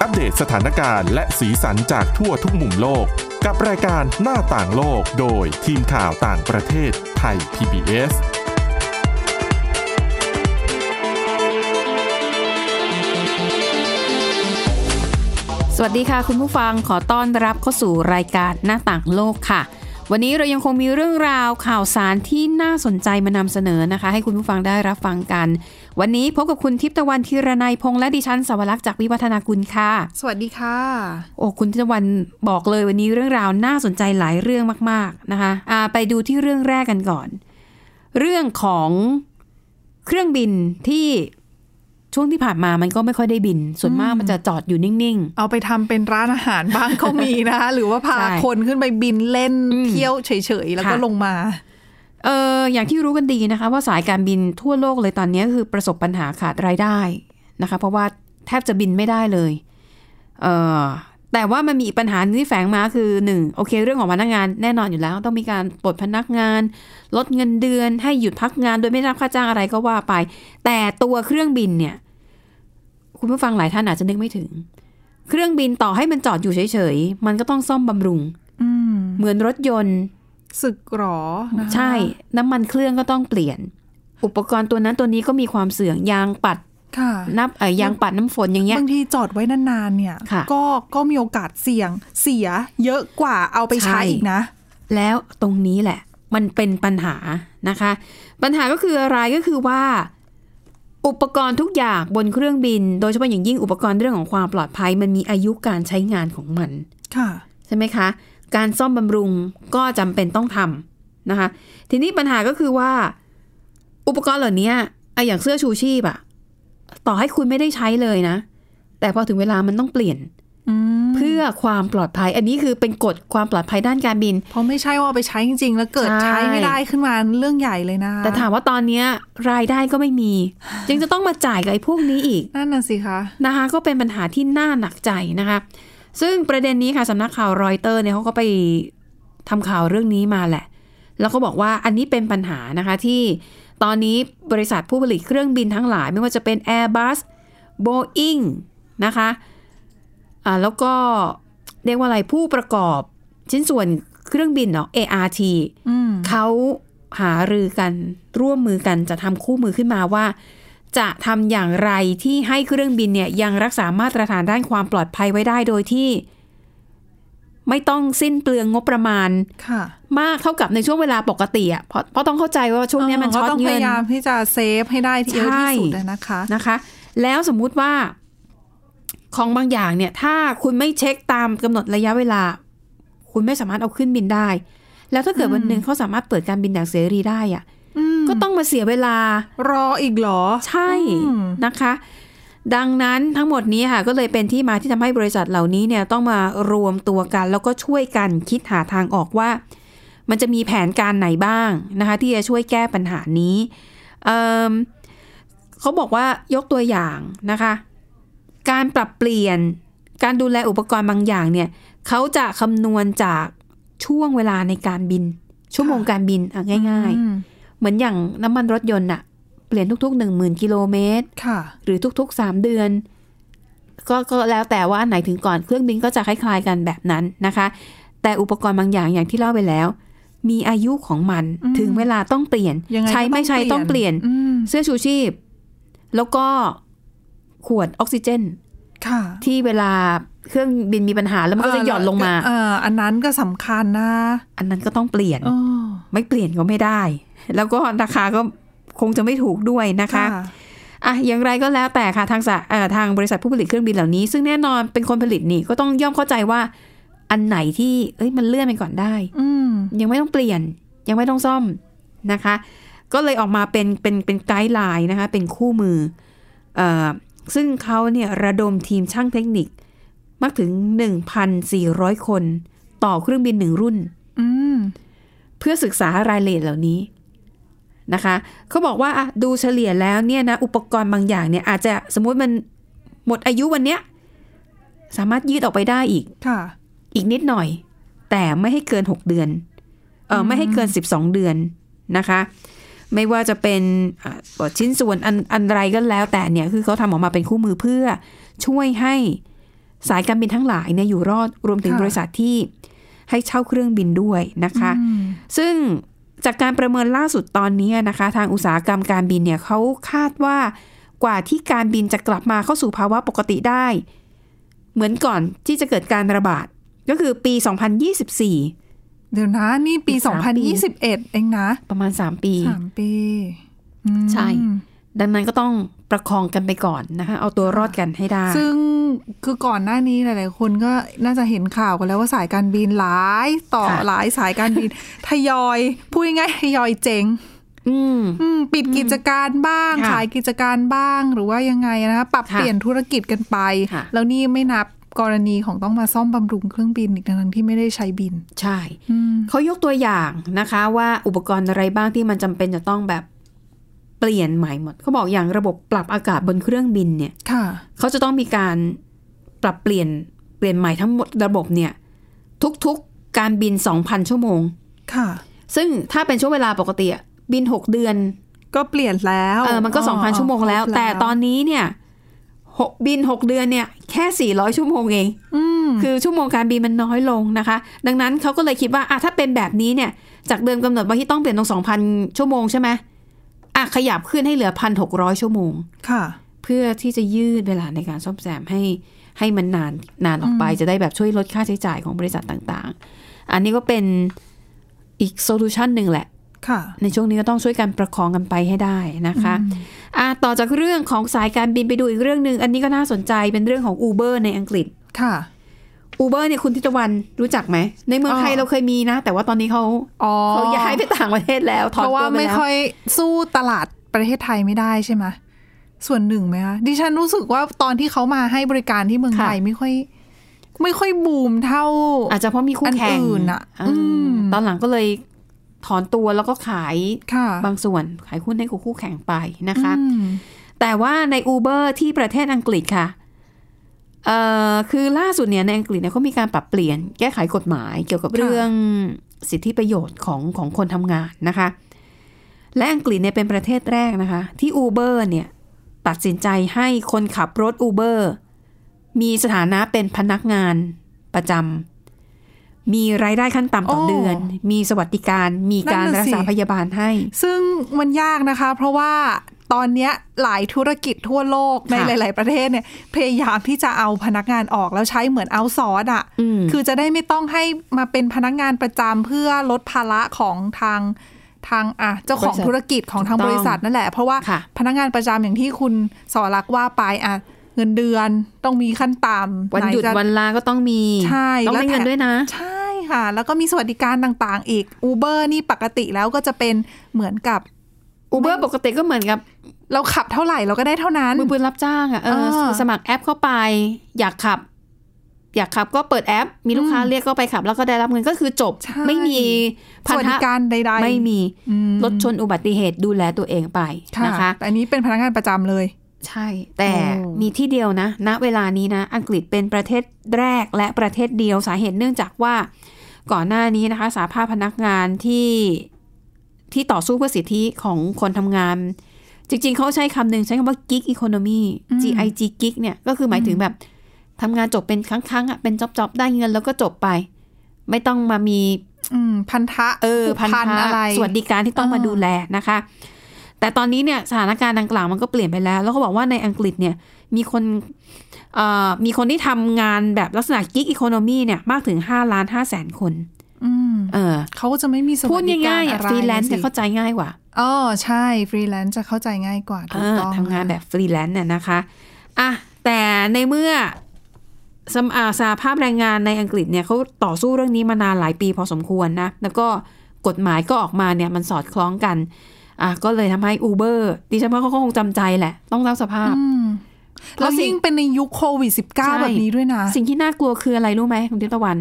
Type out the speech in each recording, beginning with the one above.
อัปเดตสถานการณ์และสีสันจากทั่วทุกมุมโลก กับรายการหน้าต่างโลกโดยทีมข่าวต่างประเทศไทย PBS สวัสดีค่ะ คุณผู้ฟังขอต้อนรับเข้าสู่รายการหน้าต่างโลกค่ะ วันนี้เรายังคงมีเรื่องราวข่าวสารที่น่าสนใจมานำเสนอนะคะ ให้คุณผู้ฟังได้รับฟังกัน วันนี้พบกับคุณทิพย์ตะวันธีรนัยพงษ์และดิฉันสวรักษ์จากวิวัฒนาคุณค่ะ สวัสดีค่ะ โอ้คุณทิพย์ตะวันบอกเลยวันนี้เรื่องราวน่าสนใจหลายเรื่องมาก ๆนะคะอ่าไปดูที่เรื่องแรกกันก่อน เรื่องของเครื่องบินที่ช่วงที่ผ่านมามันก็ไม่ค่อยได้บิน ส่วนมากมันจะจอดอยู่นิ่ง ๆ เอาไปทำเป็นร้านอาหารบ้าง ก็มีนะคะ หรือว่าพา ใช่ คนขึ้นไปบินเล่น อืม เที่ยวเฉยๆ แล้วก็ ค่ะ ลงมา เอออย่างที่รู้กันดีนะคะ ว่าสายการบินทั่วโลกเลยตอนนี้คือประสบปัญหาขาดรายได้นะคะ เพราะว่าแทบจะบินไม่ได้เลยเออแต่ว่ามันมีอีกปัญหาหนึ่งที่แฝงมาคือหนึ่งโอเค เรื่องของพนักงานแน่นอนอยู่แล้ว ต้องมีการปลดพนักงาน ลดเงินเดือนให้หยุดพักงานโดยไม่ได้รับค่าจ้างอะไรก็ว่าไป แต่ตัวเครื่องบินเนี่ย คุณผู้ฟังหลายท่านอาจจะนึกไม่ถึง เครื่องบินต่อให้มันจอดอยู่เฉยๆมันก็ต้องซ่อมบำรุง อืม เหมือนรถยนต์ สึกหรอนะคะ ใช่ น้ำมันเครื่องก็ต้องเปลี่ยน อุปกรณ์ตัวนั้นตัวนี้ก็มีความเสื่อมยางปัด ค่ะ นับเอ่ยยางปัดน้ำฝนอย่างเงี้ย บางทีจอดไว้นานๆเนี่ย ค่ะ ก็ก็มีโอกาสเสี่ยงเสียเยอะกว่าเอาไปใช้ ใช่ อีกนะ แล้วตรงนี้แหละ มันเป็นปัญหานะคะ ปัญหาก็คืออะไรก็คือว่า อุปกรณ์ทุกอย่างบนเครื่องบิน โดยเฉพาะอย่างยิ่งอุปกรณ์เรื่องของความปลอดภัย มันมีอายุการใช้งานของมัน ค่ะ ใช่ไหมคะ การซ่อมบำรุงก็จำเป็นต้องทำนะคะ ทีนี้ปัญหาก็คือว่า อุปกรณ์เหล่านี้อะอย่างเสื้อชูชีพอะต่อให้คุณไม่ได้ใช้เลยนะ แต่พอถึงเวลามันต้องเปลี่ยน อืม เพื่อความปลอดภัย อันนี้คือเป็นกฎความปลอดภัยด้านการบิน เพราะไม่ใช่ว่าเอาไปใช้จริงๆ แล้วเกิด ใช่ ใช้ไม่ได้ขึ้นมาเรื่องใหญ่เลยนะ แต่ถามว่าตอนเนี้ยรายได้ก็ไม่มี ยังจะต้องมาจ่ายกับไอ้พวกนี้อีก นั่นน่ะสิคะ นะคะก็เป็นปัญหาที่น่าหนักใจนะคะ ซึ่งประเด็นนี้ค่ะสำนักข่าวรอยเตอร์เนี่ยเขาก็ไปทำข่าวเรื่องนี้มาแหละ แล้วก็บอกว่าอันนี้เป็นปัญหานะคะที่ตอนนี้บริษัทผู้ผลิตเครื่องบินทั้งหลาย ไม่ว่าจะเป็น Airbus Boeing นะคะอ่าแล้วก็เรียกว่าอะไรผู้ประกอบชิ้นส่วนเครื่องบินเนาะ ART อืม เขาหารือกันร่วมมือกันจะทำคู่มือขึ้นมาว่า จะทำอย่างไรที่ให้เครื่องบินเนี่ยยังรักษามาตรฐานด้านความปลอดภัยไว้ได้โดยที่ ไม่ต้องสิ้นเปลืองงบประมาณ ค่ะ มากเท่ากับในช่วงเวลาปกติอ่ะเพราะเพราะต้องเข้าใจว่าช่วงเนี้ยมัน เก็ ช็อต ต้องพ เงิน ยายามที่จะเซฟให้ได้ที่เยอะที่สุด ใช่ นะคะ นะคะ แล้วสมมุติว่าของบางอย่างเนี่ย ถ้าคุณไม่เช็คตามกำหนดระยะเวลา คุณไม่สามารถเอาขึ้นบินได้ แล้วถ้าเกิดวันหนึ่งเขาสามารถเปิดการบินอย่างเสรีได้อ่ะ อืม ก็ต้องมาเสียเวลา รออีกเหรอ ใช่ อืม นะคะ ดังนั้นทั้งหมดนี้ค่ะก็เลยเป็นที่มาที่ทำให้บริษัทเหล่านี้เนี่ยต้องมารวมตัวกัน แล้วก็ช่วยกันคิดหาทางออกว่า มันจะมีแผนการไหนบ้างนะคะ ที่จะช่วยแก้ปัญหานี้เอิ่มเขาบอกว่ายกตัวอย่างนะคะ การปรับเปลี่ยนการดูแลอุปกรณ์บางอย่างเนี่ยเขาจะคำนวณจากช่วงเวลาในการบิน ชั่วโมงการบินอ่ะง่าย ๆ อืม เหมือนอย่างน้ำมันรถยนต์อะเปลี่ยนทุกๆ 1 0,000 กิโลเมตร ค่ะ หรือทุกๆ 3 เดือน ก็ก็แล้วแต่ว่าอันไหนถึงก่อนเครื่องบินก็จะคล้ายๆกันแบบนั้นนะคะ แต่อุปกรณ์บางอย่างอย่างที่เล่าไปแล้ว มีอายุของมัน อืม ถึงเวลาต้องเปลี่ยน ยังไง ใช้ ก็ ไม่ใช้ต้องเปลี่ยน อืม เสื้อชูชีพ แล้วก็ขวดออกซิเจน ค่ะ ที่เวลาเครื่องบินมีปัญหาแล้วมันก็จะหย่อนลงมา เอออันนั้นก็สำคัญนะ อันนั้นก็ต้องเปลี่ยน โอ้ ไม่เปลี่ยนก็ไม่ได้ แล้วก็ราคาก็คงจะไม่ถูกด้วยนะคะ อ่ะอย่างไรก็แล้วแต่ค่ะทางสะเอ่อทางบริษัทผู้ผลิตเครื่องบินเหล่านี้ ซึ่งแน่นอนเป็นคนผลิตนี่ก็ต้องย่อมเข้าใจว่า อันไหนที่เอ้ยมันเลื่อนไปก่อนได้ อืม ยังไม่ต้องเปลี่ยน ยังไม่ต้องซ่อมนะคะ ก็เลยออกมาเป็นเป็นเป็นไกด์ไลน์นะคะ เป็นคู่มือเอ่อซึ่งเขาเนี่ยระดมทีมช่างเทคนิคมากถึง 1,400 คน ต่อเครื่องบินหนึ่งรุ่น อืม เพื่อศึกษารายละเอียดเหล่านี้นะคะเขาบอกว่าอ่ะดูเฉลี่ยแล้วเนี่ยนะอุปกรณ์บางอย่างเนี่ยอาจจะสมมุติมันหมดอายุวันเนี้ยสามารถยืดออกไปได้อีก ค่ะ อีกนิดหน่อย แต่ไม่ให้เกิน 6 เดือนเอออไม่ให้เกิน 12 เดือนนะคะ ไม่ว่าจะเป็นอ่ะชิ้นส่วนอันอันไรก็แล้วแต่เนี่ยคือเขาทำออกมาเป็นคู่มือเพื่อช่วยให้ สายการบินทั้งหลายเนี่ยอยู่รอดรวมถึง ค่ะ บริษัทที่ให้เช่าเครื่องบินด้วยนะคะ อืม ซึ่งจากการประเมินล่าสุดตอนนี้นะคะ ทางอุตสาหกรรมการบินเนี่ยเขาคาดว่ากว่าที่การบินจะกลับมาเข้าสู่ภาวะปกติได้ เหมือนก่อนที่จะเกิดการระบาด ก็คือปี 2024 เดี๋ยวนะ นี่ปี อีกสามปี 2021 เองนะ ประมาณ 3 ปี สามปีอืม ใช่ ดังนั้นก็ต้องประคองกันไปก่อนนะคะ เอาตัวรอดกันให้ได้ ซึ่งคือก่อนหน้านี้หลาย ๆ คนก็น่าจะเห็นข่าวกันแล้วว่าสายการบินหลายต่อ ค่ะ หลายสายการบิน ทยอย พูดง่ายๆทยอยเจ๊ง อืม อืมปิดกิจการบ้าง ค่ะ ขายกิจการบ้าง หรือว่ายังไงนะคะปรับ ค่ะ เปลี่ยนธุรกิจกันไป ค่ะ แล้วนี่ไม่นับกรณีของต้องมาซ่อมบำรุงเครื่องบินอีกทั้งๆที่ไม่ได้ใช้บิน ใช่ อืม เขายกตัวอย่างนะคะว่าอุปกรณ์อะไรบ้างที่มันจำเป็นจะต้องแบบเปลี่ยนใหม่หมดเขาบอกอย่างระบบปรับอากาศบนเครื่องบินเนี่ย ค่ะ เขาจะต้องมีการปรับเปลี่ยนเปลี่ยนใหม่ทั้งหมดระบบเนี่ยทุกๆการบิน 2,000 ชั่วโมง ค่ะ ซึ่งถ้าเป็นช่วงเวลาปกติอะบิน 6 เดือน ก็เปลี่ยนแล้ว เออมันก็ 2,000 ชั่วโมงแล้ว ครบ แต่ตอนนี้เนี่ยหกบิน 6 เดือนเนี่ยแค่ 400 ชั่วโมงเอง อืม คือชั่วโมงการบินมันน้อยลงนะคะ ดังนั้นเขาก็เลยคิดว่าอ่ะถ้าเป็นแบบนี้เนี่ย จากเดิมกำหนดไว่าที่ต้องเปลี่ยนตรง2,000 ชั่วโมงใช่ไหมอ่ะขยับขึ้นให้เหลือ 1,600 ชั่วโมง ค่ะ เพื่อที่จะยืดเวลาในการซ่อมแซมให้ให้มันนานนานออกไปจะได้แบบช่วยลดค่าใช้จ่ายของบริษัทต่างๆ อันนี้ก็เป็นอีกโซลูชันหนึ่งแหละ ค่ะ ในช่วงนี้ก็ต้องช่วยกันประคองกันไปให้ได้นะคะอ่ะต่อจากเรื่องของสายการบินไปดูอีกเรื่องหนึ่งอันนี้ก็น่าสนใจเป็นเรื่องของ Uber ในอังกฤษ ค่ะ อูเบอร์เนี่ยคุณทิตวันรู้จักไหม ในเมืองไทย อ๋อ เราเคยมีนะ แต่ว่าตอนนี้เขา อ๋อ เขาย้ายไปต่างประเทศแล้วถ เพ อน ราะ ตัว ว่า ไป ไม่ แล้ว ค่อยสู้ตลาดประเทศไทยไม่ได้ใช่ไหมส่วนหนึ่งไหมคะดิฉันรู้สึกว่าตอนที่เขามาให้บริการที่เมืองไทยไม่ค่อย ไม่ค่อยบูมเท่า อาจจะเพราะมีคู่แข่ง อันอื่นน่ะ อ่า อืม ตอนหลังก็เลยถอนตัวแล้วก็ขาย ค่ะ บางส่วนขายหุ้นให้กับคู่แข่งไปนะคะ อืม แต่ว่าใน Uber ที่ประเทศอังกฤษค่ะเอ่อคือล่าสุดเนี่ยในอังกฤษเนี่ยเขามีการปรับเปลี่ยนแก้ไขกฎหมายเกี่ยวกับเรื่องสิทธิประโยชน์ของของคนทำงานนะคะ และอังกฤษเนี่ยเป็นประเทศแรกนะคะ ที่ Uber เนี่ยตัดสินใจให้คนขับรถ Uber มีสถานะเป็นพนักงานประจำมีรายได้ขั้นต่ำต่อเดือน มีสวัสดิการมีการ นั่นน่ะ รักษา สิ พยาบาลให้ ซึ่งมันยากนะคะ เพราะว่าตอนเนี้ยหลายธุรกิจทั่วโลกในหลาย ๆ ประเทศเนี่ย พยายามที่จะเอาพนักงานออกแล้วใช้เหมือนเอาซอร์ดอ่ะ อืม คือจะได้ไม่ต้องให้มาเป็นพนักงานประจำเพื่อลดภาระของทางทางอ่ะเจ้าของ บริษัท ธุรกิจของทาง ถูกต้ บ อง ริษัทนั่นแหละ เพราะว่า ค่ะ พนักงานประจำอย่างที่คุณสอรักษ์ว่าไปอ่ะเงินเดือนต้องมีขั้นต่ำ วันหยุด ไจะ วันลาก็ต้องมี ใช่ ต้อง แล้ว ได้เงิน แถม ด้วยนะ ใช่ค่ะ แล้วก็มีสวัสดิการต่างๆ อีก Uber นี่ปกติแล้วก็จะเป็นเหมือนกับ อูเบอร์ปกติก็เหมือนกับ เราขับเท่าไหร่เราก็ได้เท่านั้น มือปืนรับจ้างอ่ะเออ เออ สมัครแอปเข้าไป อยากขับ อยากขับก็เปิดแอป มีลูกค้า อืม เรียกก็ไปขับ แล้วก็ได้รับเงินก็คือจบ ใช่ ไม่มี ส พัน วัส ธะ ดิการใดๆ ไม่มี อืม รถชนอุบัติเหตุดูแลตัวเองไป ค่ะ นะคะ แต่อันนี้เป็นพนักงานประจำเลย ใช่ แต่ โอ้ มีที่เดียวนะ ณ เวลานี้นะ อังกฤษเป็นประเทศแรกและประเทศเดียวสาเหตุเนื่องจากว่าก่อนหน้านี้นะคะ สาภาพพนักงานที่ที่ต่อสู้เพื่อสิทธิของคนทำงาน จริง ๆ เขาใช้คำหนึ่งใช้คำว่า gig economy gig gig เนี่ย ก็คือหมายถึงแบบทำงานจบเป็นครั้งๆอ่ะเป็นจ็อบๆ ได้เงินแล้วก็จบไป ไม่ต้องมามี อืมพันธะ เออ ผูก พันธะ อะไร สวัสดิการที่ต้องมา เออ ดูแลนะคะ แต่ตอนนี้เนี่ยสถานการณ์ดังกล่าวมันก็เปลี่ยนไปแล้ว แล้วก็บอกว่าในอังกฤษเนี่ยมีคนเอ่อมีคนที่ทำงานแบบลักษณะกิ๊กอีโคโนมีเนี่ยมากถึง5ล้าน5แสนคน อืม เออ เขาก็จะไม่มีส พู วั ด สดิกา ง่าร ยๆ อะ อ่ะ ไร ฟรีแลนซ์ สิ เนี่ยเข้าใจง่ายกว่า อ๋อใช่ฟรีแลนซ์จะเข้าใจง่ายกว่าถูก เออ ต้อง ทำงานแบบฟรีแลนซ์เนี่ยนะคะอ่ะแต่ในเมื่อสมอาสาภาพแรงงานในอังกฤษเนี่ยเขาต่อสู้เรื่องนี้มานานหลายปีพอสมควรนะแล้วก็กฎหมายก็ออกมาเนี่ยมันสอดคล้องกัน อ่ะก็เลยทำให้ Uber ดิฉันว่าเขาก็คงจำใจแหละ ต้องรับสภาพ อืม แล้ แล้ว วสิ่ง ยิ่งเป็นในยุคโควิด ใช่ -19 แบบนี้ด้วยนะ สิ่งที่น่ากลัวคืออะไรรู้ไหมคุณทิพย์ตะวัน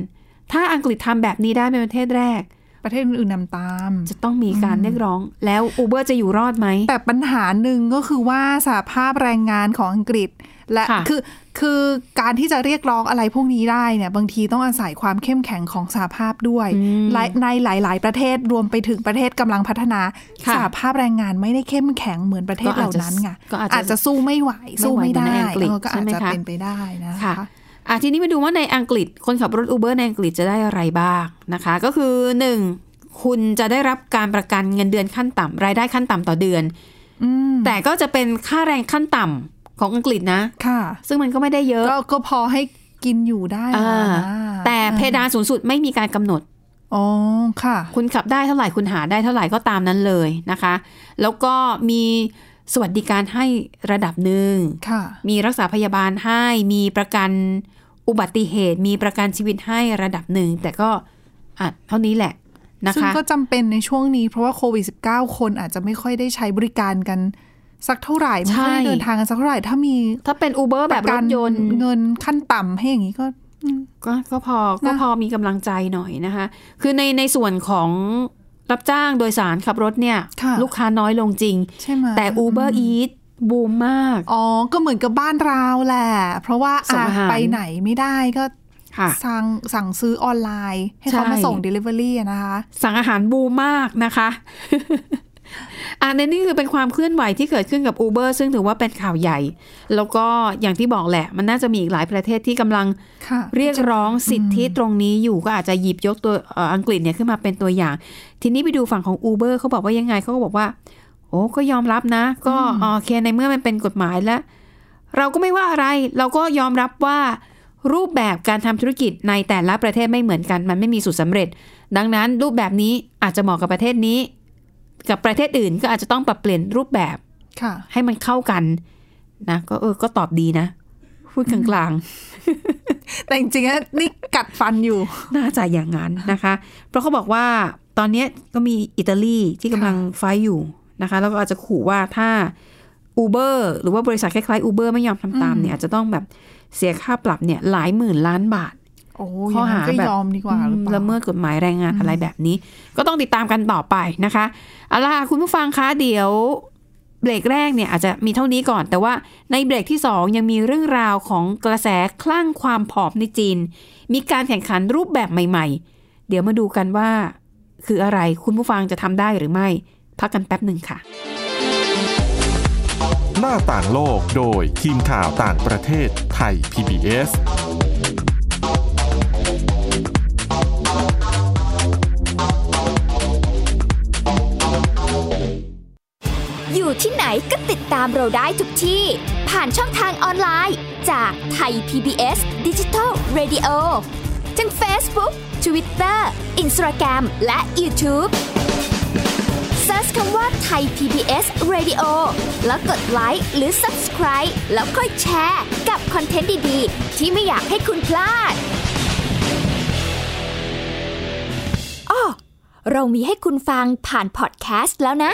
ถ้าอังกฤษทำแบบนี้ได้เป็นประเทศแรก ประเทศอื่นๆนำตาม จะต้องมีการเรียกร้อง แล้ว Uber จะอยู่รอดไหม แต่ปัญหาหนึ่งก็คือว่าสหภาพแรงงานของอังกฤษ และ ค่ะ คือคือการที่จะเรียกร้องอะไรพวกนี้ได้เนี่ยบางทีต้องอาศัยความเข้มแข็งของสหภาพด้วยและในหลาย ๆ ประเทศรวมไปถึงประเทศกำลังพัฒนาสหภาพแรงงานไม่ได้เข้มแข็งเหมือนประเทศเหล่านั้นไง ก็อาจจะ อาจจะสู้ไม่ไหวสู้ไม่ได้ ไม่ไหวเหมือนในอังกฤษ เออก็อาจ ใช่ไหม จะ คะ เป็นไปได้นะ ค่ะ อ่ะทีนี้มาดูว่าในอังกฤษคนขับรถอูเบอร์ในอังกฤษจะได้อะไรบ้างนะคะ ก็คือ 1. คุณจะได้รับการประกันเงินเดือนขั้นต่ำรายได้ขั้นต่ำต่อเดือน อืม แต่ก็จะเป็นค่าแรงขั้นต่ำของอังกฤษนะ ค่ะ ซึ่งมันก็ไม่ได้เยอะ ก็ก็พอให้กินอยู่ได้ อ่า นะ แต่เพดานสูงสุดไม่มีการกำหนด อ๋อค่ะ คุณขับได้เท่าไหร่คุณหาได้เท่าไหร่ก็ตามนั้นเลยนะคะ แล้วก็มีสวัสดิการให้ระดับหนึ่ง ค่ะ มีรักษาพยาบาลให้ มีประกันอุบัติเหตุ มีประกันชีวิตให้ระดับหนึ่ง แต่ก็อ่ะเท่านี้แหละนะ ซึ่ง คะ ก็จำเป็นในช่วงนี้เพราะว่าโควิด -19 คนอาจจะไม่ค่อยได้ใช้บริการกัน สักเท่าไหร่ ไม่ค่อยได้ ใช่ เดินทางกันสักเท่าไหร่ ถ้ามี ถ้าเป็นอูเบอร์แบบรถยนต์ เงินขั้นต่ำให้อย่างนี้ก็ ก็ก็พอก็พอมีกำลังใจหน่อยนะคะ คือในในส่วนของรับจ้างโดยสารขับรถเนี่ย ค่ะ ลูกค้าน้อยลงจริง ใช่ไหม แต่ Uber Eats บูมมาก อ๋อ ก็เหมือนกับบ้านเราแหละ เพราะว่า ส่ง อ่ะ อาหาร ไปไหนไม่ได้ก็ ค่ะ สั่งสั่งซื้อออนไลน์ ให้เขา ใช่ มาส่ง Delivery อะนะคะ สั่งอาหารบูมมากนะคะ อ่ะในนี่คือเป็นความเคลื่อนไหวที่เกิดขึ้นกับ Uber ซึ่งถือว่าเป็นข่าวใหญ่ แล้วก็อย่างที่บอกแหละ มันน่าจะมีอีกหลายประเทศที่กำลัง ค่ะ เรียกร้องสิทธิตรงนี้อยู่ก็อาจจะหยิบยกตัวเอ่ออังกฤษเนี่ยขึ้นมาเป็นตัวอย่าง ทีนี้ไปดูฝั่งของ Uber เขาบอกว่ายังไงเขาก็บอกว่า โอ้ก็ยอมรับนะ ก็อ๋อโอเคในเมื่อมันเป็นกฎหมายแล้ว เราก็ไม่ว่าอะไร เราก็ยอมรับว่ารูปแบบการทำธุรกิจในแต่ละประเทศไม่เหมือนกัน มันไม่มีสูตรสำเร็จ ดังนั้นรูปแบบนี้อาจจะเหมาะกับประเทศนี้ กับประเทศอื่นก็อาจจะต้องปรับเปลี่ยนรูปแบบ ค่ะ ให้มันเข้ากันนะก็เออก็ตอบดีนะ พูดกลางๆ แต่จริงๆอะนี่กัดฟันอยู่ น่าจะอย่างนั้นนะคะ เพราะเขาบอกว่าตอนเนี้ยก็มีอิตาลีที่กำลังไฟท์อยู่นะคะ แล้วก็อาจจะขู่ว่าถ้า Uber หรือว่าบริษัทคล้ายๆ Uber ไม่ยอมทำตามเนี่ยอาจจะต้องแบบเสียค่าปรับเนี่ยหลายหมื่นล้านบาท โอ้ ข้ ย อหา ก็ แบบ ยอมดีกว่าหรือเป ละ ล่า เมิดกฎหมายแรงงานอะไรแบบนี้ ก็ต้องติดตามกันต่อไปนะคะเอาล่ะคุณผู้ฟังคะเดี๋ยวเบรกแรกเนี่ยอาจจะมีเท่านี้ก่อน แต่ว่าในเบรกที่สองยังมีเรื่องราวของกระแสคลั่งความผอมในจีน มีการแข่งขันรูปแบบใหม่ ๆ เดี๋ยวมาดูกันว่า คืออะไรคุณผู้ฟังจะทำได้หรือไม่ พักกันแป๊บหนึ่งค่ะ หน้าต่างโลกโดยทีมข่าวต่างประเทศไทย PBS อยู่ที่ไหนก็ติดตามเราได้ทุกที่ ผ่านช่องทางออนไลน์ จากไทย PBS Digital Radio ทั้ง Facebook Twitter Instagram และ YouTube Search คำว่าไทย PBS Radio แล้วกดไลค์หรือ Subscribe แล้วค่อยแชร์ กับคอนเทนต์ดี ๆ ที่ไม่อยากให้คุณพลาดอ้อเรามีให้คุณฟังผ่านพอดแคสต์แล้วนะ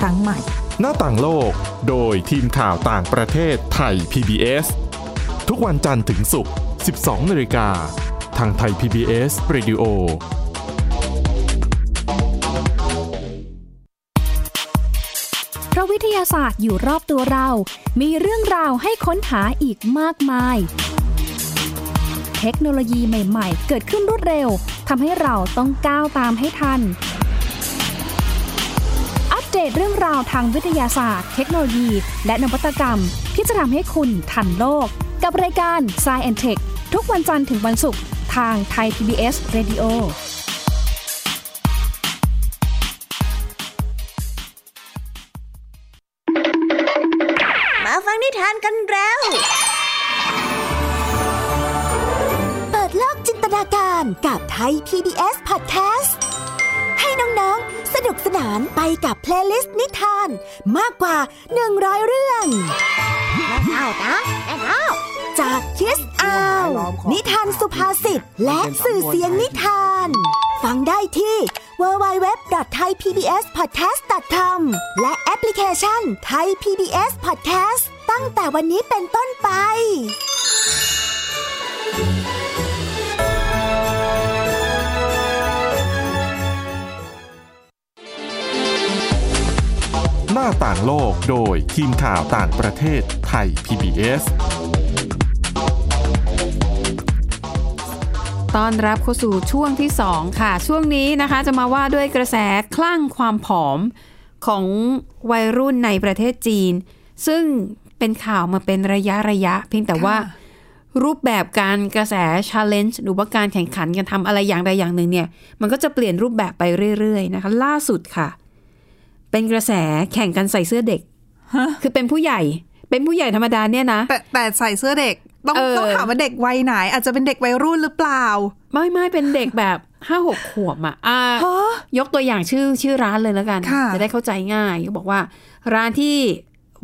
ครั้งใหม่ หน้าต่างโลก โดยทีมข่าวต่างประเทศไทย PBS ทุกวันจันทร์ถึงศุกร์ 12นาฬิกา ทางไทย PBS Radio เพราะวิทยาศาสตร์อยู่รอบตัวเรา มีเรื่องราวให้ค้นหาอีกมากมาย เทคโนโลยีใหม่ๆ เกิดขึ้นรวดเร็ว ทำให้เราต้องก้าวตามให้ทัน อัปเดตเรื่องราวทางวิทยาศาสตร์ เทคโนโลยี และนวัตกรรม ที่จะทำให้คุณทันโลก กับรายการ s c i e n d Tech ทุกวันจันทร์ถึงวันศุกร์ทางไทย PBS Radio มาฟังนิทานกันแล้ว เปิดโลกจินตนาการกับไทย PBS Podcast ให้น้องๆ สนุกสนานไปกับเพลย์ลิสต์นิทาน มากกว่า 100 เรื่องเอานะเอาจากคิสอาว นิทานสุภาษิตและสื่อเสียงนิทาน ฟังได้ที่ www.thaipbspodcast.com และแอปพลิเคชัน Thai PBS Podcast ตั้งแต่วันนี้เป็นต้นไป หน้าต่างโลกโดยทีมข่าวต่างประเทศไทย PBS ต้อนรับเข้าสู่ช่วงที่ 2 ค่ะ ช่วงนี้นะคะจะมาว่าด้วยกระแสคลั่งความผอมของวัยรุ่นในประเทศจีน ซึ่งเป็นข่าวมาเป็นระยะระยะ เพียงแต่ว่ารูปแบบการกระแส challenge หรือว่าการแข่งขันกันทำอะไรอย่างใดอย่างหนึ่งเนี่ย มันก็จะเปลี่ยนรูปแบบไปเรื่อยๆนะคะล่าสุดค่ะ เป็นกระแสแข่งกันใส่เสื้อเด็ก คือเป็นผู้ใหญ่ เป็นผู้ใหญ่ธรรมดาเนี่ยนะ แต่แต่ใส่เสื้อเด็ก ต้อง เออ ต้องถามว่าเด็กวัยไหน อาจจะเป็นเด็กวัยรุ่นหรือเปล่า ไม่ไม่เป็นเด็กแบบห้าหกขวบอ่ะอ่ายกตัวอย่างชื่อชื่อร้านเลยแล้วกัน ค่ะ จะได้เข้าใจง่ายก็บอกว่า ร้านที่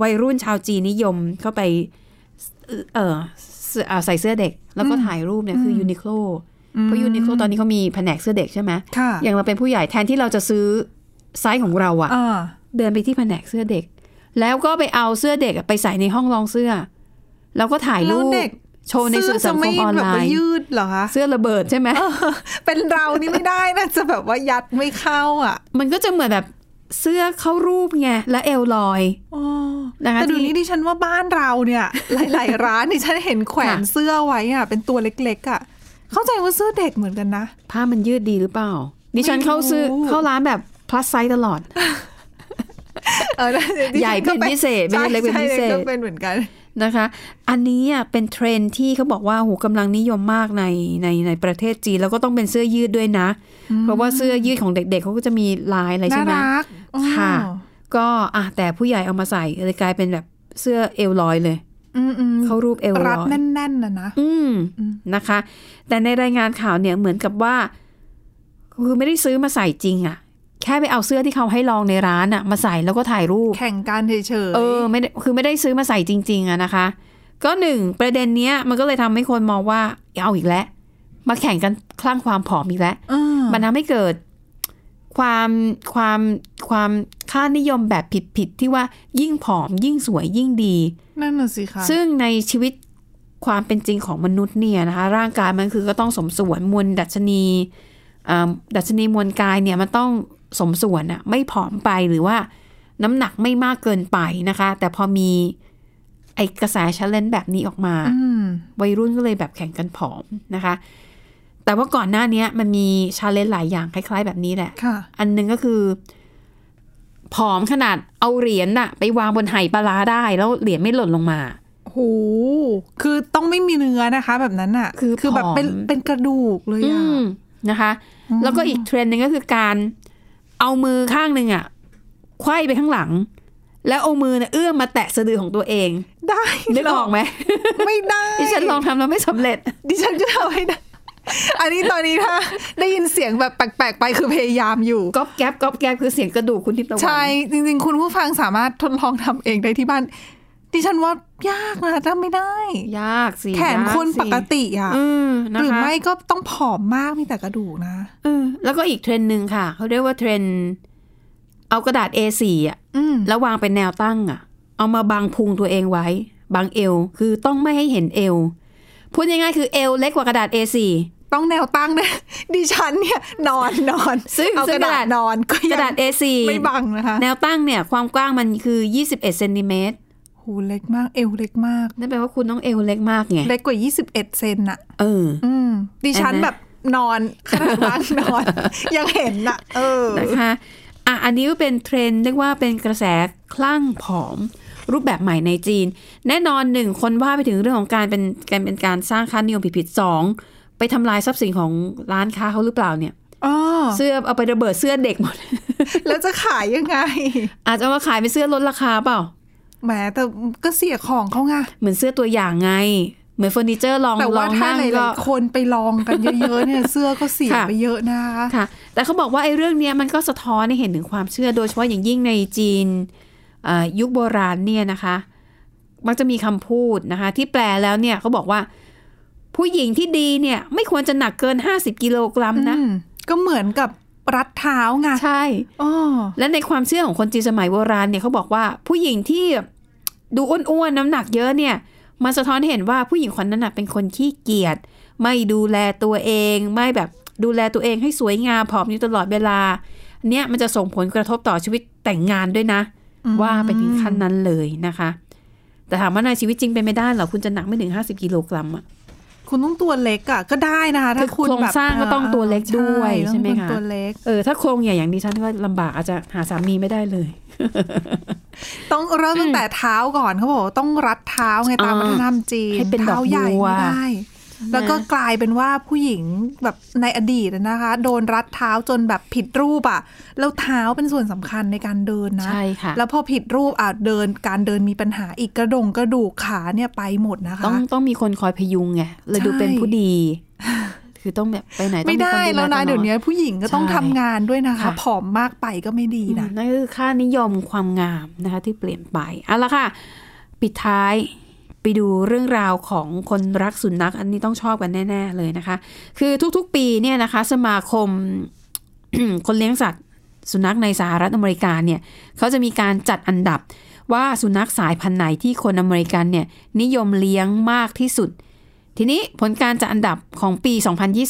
วัยรุ่นชาวจีนนิยมเข้าไป เออเสื้ออ่าใส่เสื้อเด็ก แล้วก็ถ่ายรูปเนี่ยคือยูนิโคลเพราะยูนิโคลตอนนี้เขามีแผนกเสื้อเด็กใช่ไหม ค่ะ อย่างเราเป็นผู้ใหญ่แทนที่เราจะซื้อไซส์ของเราอะ อ่า เดินไปที่แผนกเสื้อเด็ก แล้วก็ไปเอาเสื้อเด็กอะไปใส่ในห้องลองเสื้อ แล้วก็ถ่ายรู แล้ ป วเด็ก โชว์ในสื่อสังคมออน เสื้ไลจะแบบว่า น์ ยืดเหรอคะ เสื้อระเบิดใช่ไหม เป็นเรานี่ไม่ได้นะ จะแบบว่ายัดไม่เข้าอ่ะ มันก็จะเหมือนแบบเสื้อเข้ารูปไงและเอลลอย นะคะ แต่เดู ที่ นี้ดิฉันว่าบ้านเราเนี่ย หลาย ๆ ร้านดิฉันเห็นแขวน ค่ะ เสื้อไว้อ่ะเป็นตัวเล็ก ๆ อ่ะ เข้าใจว่าเสื้อเด็กเหมือนกันนะ ผ้ามันยืดดีหรือเปล่า ดิฉันเข้าซื้อ ไม่รู้ เข้าร้านแบบ plus size ตลอด เออนะ ดิฉั ใหญ่เป็นพิเศษไม่ใช่เล็กเป็นพิเศษ ใช่ใช่ล็กเป็นเหมือนกัน นะคะ อันนี้อ่ะเป็นเทรนด์ที่เขาบอกว่าโหกำลังนิยมมากในในในประเทศจีน แล้วก็ต้องเป็นเสื้อยืดด้วยนะ เพราะว่าเสื้อยืดของเด็กๆเขาก็จะมีลายอะไรใช่ น่า ไหม รัก ค่ะ อ๋อ ก็อ่ะแต่ผู้ใหญ่เอามาใส่เลยกลายเป็นแบบเสื้อเอลลอยเลย อืมอืม เข้ารูปเอลลอย รัดแน่น ๆนะนะ อืม อืม นะคะ แต่ในรายงานข่าวเนี่ยเหมือนกับว่า คือไม่ได้ซื้อมาใส่จริงอะแค่ไปเอาเสื้อที่เขาให้ลองในร้านอะมาใส่แล้วก็ถ่ายรูป แข่งกันเฉยๆ เออไม่ได้คือไม่ได้ซื้อมาใส่จริง ๆอะนะคะ ก็หนึ่งประเด็นเนี้ย มันก็เลยทำให้คนมองว่าเอาอีกแล้ว มาแข่งกันคลั่งความผอมอีกแล้ว ม มันทำให้เกิดความความความค่านิยมแบบผิดๆที่ว่ายิ่งผอมยิ่งสวยยิ่งดี นั่นน่ะสิคะ ซึ่งในชีวิตความเป็นจริงของมนุษย์เนี่ยนะคะ ร่างกายมันคือก็ต้องสมส่วนมวลดัชนีเอ่อดัชนีมวลกายเนี่ยมันต้องสมส่วนอะไม่ผอมไปหรือว่าน้ำหนักไม่มากเกินไปนะคะ แต่พอมีไอกระแสช l เลนแบบนี้ออกมา อืม วัยรุ่นก็เลยแบบแข่งกันผอมนะคะ แต่ว่าก่อนหน้าเนี้ยมันมีช l เลนหลายอย่างคล้าย ๆ แบบนี้แหละ ค่ะ อันหนึงก็คือ ผอมขนาดเอาเหรียญน่ะไปวางบนไหปลาร้าได้ แล้วเหรียญไม่หล่นลงมา โห คือต้องไม่มีเนื้อนะคะ แบบนั้นอ่ะ คือ แบบเป็น ผอม เป็นกระดูกเลย อื อ่ะ มนะคะ แล้วก็อีกเทรนด์หนึ่งก็คือการเอามือข้างหนึ่งอะไขว้ไปข้างหลัง แล้วเอามือเนี่ยเอื้อมมาแตะสะดือของตัวเอง ได้ นึกออกไหม ไม่ได้ ดิฉันลองทำแล้วไม่สำเร็จ ดิฉันจะทำให้ได้ อันนี้ตอนนี้ถ้าได้ยินเสียงแบบแปลกๆ ไปคือพยายามอยู่ ก๊อบแก๊บก๊อบแก๊บคือเสียงกระดูกคุณทิพย์ตะวัน ใช่ จริงๆ คุณผู้ฟังสามารถทดลองทำเองได้ที่บ้าน ดิฉันว่ายากนะถ้าไม่ได้ ยากสิ แขน ยาก คน สิ ปกติอ่ะ อืมนะคะ หรือไม่ก็ต้องผอมมากมีแต่กระดูกนะ เออแล้วก็อีกเทรนด์หนึ่งค่ะ เขาเรียกว่าเทรนด์เอากระดาษ A4 อ่ะ อืม แล้ววางเป็นแนวตั้งอ่ะ เอามาบังพุงตัวเองไว้ บังเอว คือต้องไม่ให้เห็นเอว พูดง่ายๆคือเอวเล็กกว่ากระดาษ A4 ต้องแนวตั้งนะ ดิฉันเนี่ย นอน นอน ซึ่ง เอา ซึ่ ก ง ระดาษน อนก็ ก ยัง ระดาษ A4 ไม่บังนะคะ แนวตั้งเนี่ย ความกว้างมันคือ 21เซนติเมตร หูเล็กมากเอวเล็กมาก นั่นแปลว่าคุณต้องเอวเล็กมากไง เล็กกว่า 21 เซนน่ะ เออ อืมดิฉัน เห็นไหม แบบนอนขนาดว่างนอน ยังเห็นน่ะ เออ นะคะอ่ะอันนี้ก็เป็นเทรนด์เรียกว่าเป็นกระแสคลั่งผอม รูปแบบใหม่ในจีน แน่นอนหนึ่งคนว่าไปถึงเรื่องของการเป็นการเป็นการสร้างค่านิยมผิดๆสองไปทำลายทรัพย์สินของร้านค้าเขาหรือเปล่าเนี่ย อ๋อ เสื้อเอาไประเบิดเสื้อเด็กหมด แล้วจะขายยังไง อาจจะเอามาขายเป็นเสื้อลดราคาเปล่า แหมแต่ก็เสียของเขาไง เหมือนเสื้อตัวอย่างไง เหมือนเฟอร์นิเจอร์ลอง แต่ ล ว่า อง ถ้า นั่ง หล ก็ ายๆคนไปลองกันเยอะๆเนี่ย เสื้อก็เสีย ค่ะ ไปเยอะนะคะ ค่ะแต่เขาบอกว่าไอ้เรื่องเนี้ยมันก็สะท้อนให้เห็นถึงความเชื่อโดยเฉพาะอย่างยิ่งในจีนเอ่อยุคโบราณเนี่ยนะคะ มักจะมีคำพูดนะคะ ที่แปลแล้วเนี่ยเขาบอกว่า ผู้หญิงที่ดีเนี่ย ไม่ควรจะหนักเกิน 50 กิโลกรัมนะ อืมก็เหมือนกับรัดเท้าไง ใช่ อ๋อ และในความเชื่อของคนจีนสมัยโบราณเนี่ยเขาบอกว่าผู้หญิงที่ ดูอ้วนๆน้ำหนักเยอะเนี่ย มันสะท้อนให้เห็นว่าผู้หญิงคนนั้นน่ะเป็นคนขี้เกียจไม่ดูแลตัวเอง ไม่แบบดูแลตัวเองให้สวยงามผอมอยู่ตลอดเวลา เนี่ยมันจะส่งผลกระทบต่อชีวิตแต่งงานด้วยนะ ว่าไปถึงขั้นนั้นเลยนะคะ แต่ถามว่าในชีวิตจริงเป็นไม่ได้เหรอคุณจะหนักไม่ถึง 50กิโลกรัมอะ คุณต้องตัวเล็กอ่ะก็ได้นะคะถ้า คือ คุณ โครง แบบ สร้างก็ต้องตัวเล็กด้วยใช่ไหม ต้องเป็น คะ ตัวเล็ก เออถ้าโครงใหญ่อย่างดิฉันก็ลำบากอาจจะหาสามีไม่ได้เลย ต้องเริ่มตั้งแต่เท้าก่อนเขาบอกว่าต้องรัดเท้าไงตาม อ่า วัฒนธรรมจีน ให้เป็นดอก ท้าใหญ่ บัว ไม่ได้ แล้วก็กลายเป็นว่าผู้หญิงแบบในอดีตนะคะ โดนรัดเท้าจนแบบผิดรูปอ่ะแล้วเท้าเป็นส่วนสำคัญในการเดินนะ ใช่ค่ะ แล้วพอผิดรูปอ่ะเดินการเดินมีปัญหาอีกกระดงกระดูกขาเนี่ยไปหมดนะคะ ต้องต้องมีคนคอยพยุงไงเลยดูเป็นผู้ดี คือต้องแบบไปไหนต้อง ไม่ ค ได้ ดู แล้วนะ ตอ เดี๋ยวนี้ผู้หญิงก็ต้อง ใช่ ทำงานด้วยนะคะ ค่ะ ผอมมากไปก็ไม่ดี อืม นะ นั่นคือค่านิยมความงามนะคะ ที่เปลี่ยนไปเอาละค่ะ ปิดท้ายไปดูเรื่องราวของคนรักสุนัขอันนี้ต้องชอบกันแน่ ๆ เลยนะคะ คือทุกๆปีเนี่ยนะคะ สมาคม คนเลี้ยงสัตว์สุนัขในสหรัฐอเมริกาเนี่ยเขาจะมีการจัดอันดับว่าสุนัขสายพันธุ์ไหนที่คนอเมริกันเนี่ยนิยมเลี้ยงมากที่สุด ทีนี้ผลการจัดอันดับของปี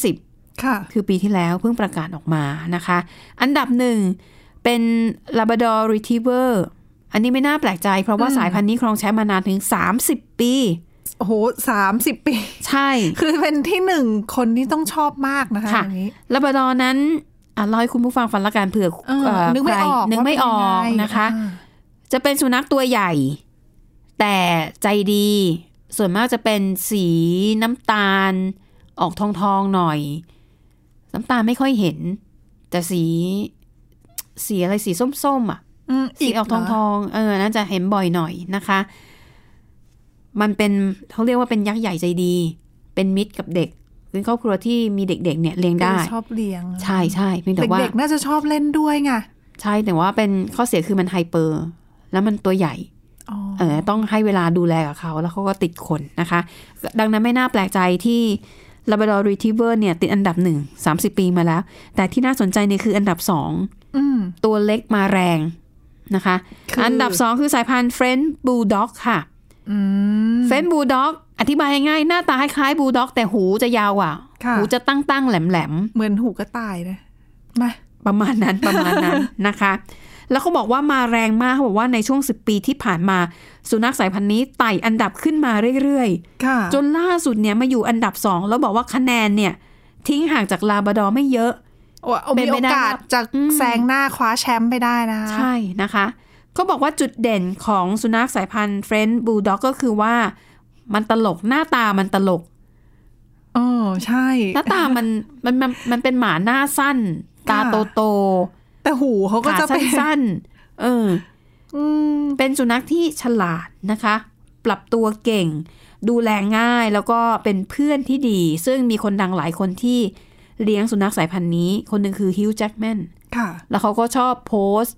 2020 ค่ะ คือปีที่แล้วเพิ่งประกาศออกมานะคะ อันดับหนึ่งเป็น Labrador Retriever อันนี้ไม่น่าแปลกใจ เพราะว่าสายพันธุ์นี้ครองแชมป์มานานถึง 30 ปี โอ้โหสามสิบปี ใช่ คือเป็นที่หนึ่งคนที่ต้องชอบมากนะคะ ค่ะ อย่างนี้ ลาบราดอร์นั้นอ่ะเล่าให้คุณผู้ฟังฟังละกันเผื่อ เออ เอ่อ นึกไม่ ใคร ออก นึกไม่ออก ว่าเป็ยังไง นะคะ อ่า จะเป็นสุนัขตัวใหญ่ แต่ใจดี ส่วนมากจะเป็นสีน้ำตาล ออกทองทองๆหน่อย น้ำตาลไม่ค่อยเห็น แต่สีสีอะไรสีส้มๆอ่ะ ม สีออกทองท เหร องๆเออ น่าจะเห็นบ่อยหน่อยนะคะ มันเป็นเขาเรียกว่าเป็นยักษ์ใหญ่ใจดี เป็นมิตรกับเด็กเป็นครอบครัวที่มีเด็ก ๆ เนี่ยเลี้ยงได้ เด็กชอบเลี้ยง ใช่ใช่เพียงแต่ว่า เด็กๆน่าจะชอบเล่นด้วยไง ใช่แต่ว่าเป็นข้อเสียคือมันไฮเปอร์ แล้วมันตัวใหญ่ อ๋อ เออต้องให้เวลาดูแลกับเขาแล้วเขาก็ติดคนนะคะ ดังนั้นไม่น่าแปลกใจที่ Labrador Retriever เนี่ย ติดอันดับหนึ่งสามสิบปีมาแล้ว แต่ที่น่าสนใจเนี่ยคืออันดับสอง อืม ตัวเล็กมาแรงนะคะ คืออั อันดับสองคือสายพันธุ์ French Bulldog ค่ะ อืม French Bulldog อธิบายง่ายๆหน้าตาคล้ายๆ Bulldog แต่หูจะยาวอ่ะ ค่ะ หูจะตั้งๆ แหลม เหมือนหูกระต่ายนะมา ๆ ประมาณ นั้น ประมาณนั้นนะคะ แล้วเขาบอกว่ามาแรงมากเขาบอกว่าในช่วง 10 ปีที่ผ่านมา สุนัขสายพันธุ์นี้ไต่อันดับขึ้นมาเรื่อยๆ ค่ะ จนล่าสุดเนี่ยมาอยู่อันดับสองแล้วบอกว่าคะแนนเนี่ย ทิ้งห่างจากลาบราดอร์ไม่เยอะ โอ้เอา เป็ มี น โอ ไปได้ กาสจะ อืม แซงหน้าคว้าแชมป์ไปได้นะคะ ใช่นะคะเขาบอกว่าจุดเด่นของสุนัขสายพันธุ์เฟรนด์บูลด็อกก็คือว่ามันตลกหน้าตามันตลก เออใช่ หน้าตามัน มันมันมันเป็นหมาหน้าสั้น ตา ค่ะ โตโต แต่หูเขา ๆ ก็ ขา จะ สั เป็น ้นๆเออ อืม เป็นสุนัขที่ฉลาดนะคะ ปรับตัวเก่ง ดูแลง่ายแล้วก็เป็นเพื่อนที่ดี ซึ่งมีคนดังหลายคนที่เลี้ยงสุนัขสายพันธุ์นี้ คนหนึ่งคือฮิวจ์แจ็กแมน ค่ะ แล้วเขาก็ชอบโพสต์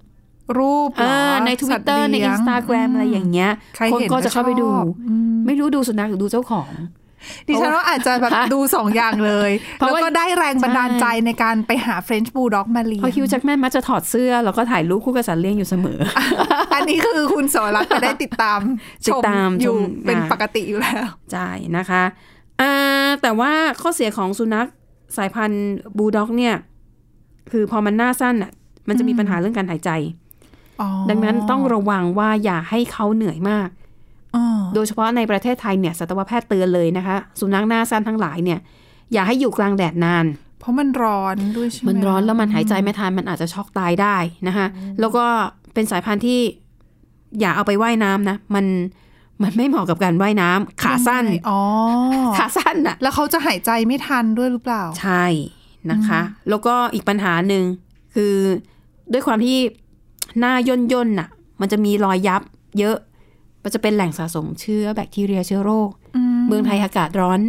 รูป เออในทวิตเตอร์ในอินสตาแกรมอะไรอย่างเงี้ยคนก็จะเข้าไปดู ไม่ ไม่รู้ดูสุนัขหรือดูเจ้าของ ดิฉันว่าอาจจะแบบ ฮะ ดูสองอย่างเลย เพราะ แล้ว ว่า ก็ได้แรงบันดาลใจในการไปหาเฟรนช์บูลด็อกมาเลี้ย เพราะฮิว ง จ์แจ็กแมนมักจะถอดเสื้อ แล้วก็ถ่ายรูปคู่กับสัตว์เลี้ยงอยู่เสมอ อันนี้คือคุณสวรักษ์ไปได้ติดตาม ติดตาม ชอยู่ ชม เป็น อ่า ปกติอยู่แล้ว ใช่นะคะอ่าแต่ว่าข้อเสียของสุนัขสายพันธุ์บูลด็อกเนี่ย คือพอมันหน้าสั้นอ่ะ มันจะมีปัญหาเรื่องการหายใจ อ๋อ ดังนั้นต้องระวังว่าอย่าให้เขาเหนื่อยมาก อ๋อ โดยเฉพาะในประเทศไทยเนี่ย สัตวแพทย์เตือนเลยนะคะ สุนัขหน้าสั้นทั้งหลายเนี่ย อย่าให้อยู่กลางแดดนาน เพราะมันร้อนด้วยใช่ไหม มันร้อนแล้วมันหายใจไม่ทันมันอาจจะช็อกตายได้นะคะ แล้วก็เป็นสายพันธุ์ที่อย่าเอาไปว่ายน้ำนะ มันมันไม่เหมาะกับการว่ายน้ำขาสั้น อ๋อ ขาสั้นอ่ะ แล้วเขาจะหายใจไม่ทันด้วยหรือเปล่า ใช่นะคะ แล้วก็อีกปัญหาหนึ่งคือด้วยความที่หน้าย่นย่นน่ะ มันจะมีรอยยับเยอะ มันจะเป็นแหล่งสะสมเชื้อแบคทีเรียเชื้อโรค เมืองไทยอากาศร้อน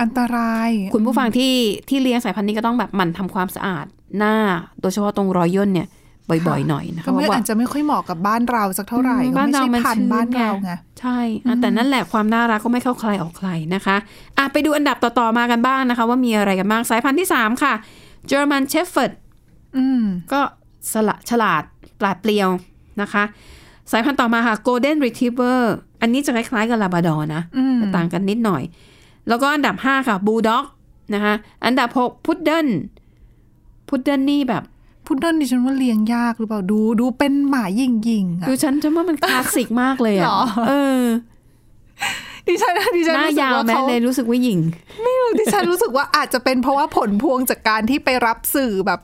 อันตราย คุณผู้ฟังที่ที่เลี้ยงสายพันธุ์นี้ก็ต้องแบบหมั่นทำความสะอาดหน้า โดยเฉพาะตรงรอยย่นเนี่ยบ่อยๆหน่อยนะคะ ก็ไม่ เพะว่ อาจจะไม่ค่อยเหมาะกับบ้านเราสักเท่าไหร่ อืม ก็ บ้าน ไม่ เรามันใช่พัน ชื้ ธุ์ น บ้านเรา ไง ไง ใช่อ่ะแต่นั่นแหละความน่ารักก็ไม่เข้าใครออกใครนะคะอ่ะไปดูอันดับต่อๆมากันบ้างนะคะ ว่ามีอะไรกันบ้างสายพันธุ์ที่สามค่ะ German Shepherd อืม ก็สละฉลาดปราดเปรียวนะคะ สายพันธุ์ต่อมาค่ะ Golden Retriever อันนี้จะคล้ายๆกับลาบ r a ดอ r นะ อืม ต่างกันนิดหน่อย แล้วก็อันดับ 5 ค่ะบูลด็อกนะคะอันดับ 6 พุดเดิลพุดเดิลนี่แบบ พุดเดิ้ลดิฉันว่าเลี้ยงยากหรือเปล่าดูดูเป็นหมายิงยิงๆอะ ดูฉันจะว่ามันคลาสสิกมากเลย หร อะ อ เออ ดิฉันดิฉัน หน้า รู้สึก ยาว ว่า แม้ เขา เลยรู้สึกว่าหยิ่ง ดิฉันรู้สึกว่าอาจจะเป็นเพราะว่าผลพวงจากการที่ไปรับสื่อแบบ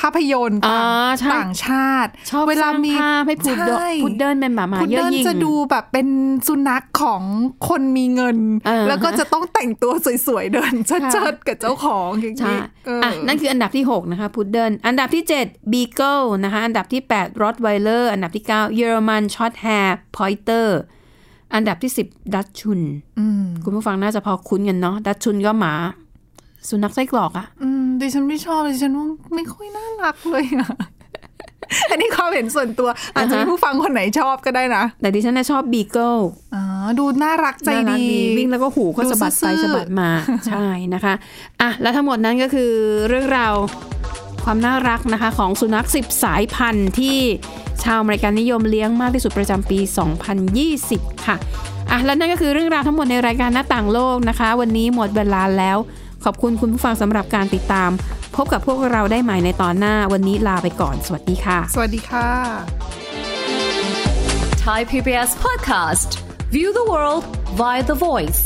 ภาพยนตร์ต่าง อ่าใช่ ต่างชาติ ชอบ เวลา สร้าง มี ภาพให้พุดเดิล ใช่ พุดเดิลเป็นหมาหมา พุด เยอะ เดิ้ล ยิ่ง จะดูแบบเป็นสุนัขของคนมีเงิน เออ แล้วก็จะต้องแต่งตัวสวยๆ เดินเชิดๆกับเจ้าของอย่าง ใช่ นี้เอออ อ่ะนั่นคืออันดับที่ 6 นะคะพุดเดิลอันดับที่ 7 บีเกิลนะคะ อันดับที่ 8 รอตไวเลอร์ อันดับที่ 9 เยอรมันช็อตแฮร์พอยเตอร์ อันดับที่ 10 ดัชชุน ม คุณผู้ฟังน่าจะพอคุ้นกันเนาะ ดัชชุนก็หมา สุนัขไส้กรอกอะ อืมดิฉันไม่ชอบดิฉันว่าไม่ค่อยน่ารักเลย อ่ะ อันนี้ความเห็นส่วนตัว อาจจะมีผู้ฟังคนไหนชอบก็ได้นะ แต่ดิฉันน่ะชอบบีเกิล อ๋อดูน่ารักใจ น่ารัก ดี วิ่งแล้วก็หูก็ ดู สะบัดไป ซื่อๆ สะบัดมา ใช่นะคะ อ่ะ และทั้งหมดนั้นก็คือเรื่องราวความน่ารักนะคะ ของสุนัข 10 สายพันธุ์ที่ชาวอเมริกันนิยมเลี้ยงมากที่สุดประจำปี 2020 ค่ะ อ่ะ และนั่นก็คือเรื่องราวทั้งหมดในรายการหน้าต่างโลกนะคะ วันนี้หมดเวลาแล้ว ขอบคุณคุณผู้ฟังสำหรับการติดตาม พบกับพวกเราได้ใหม่ในตอนหน้า วันนี้ลาไปก่อน สวัสดีค่ะ สวัสดีค่ะ Thai PBS podcast. View the world via the voice.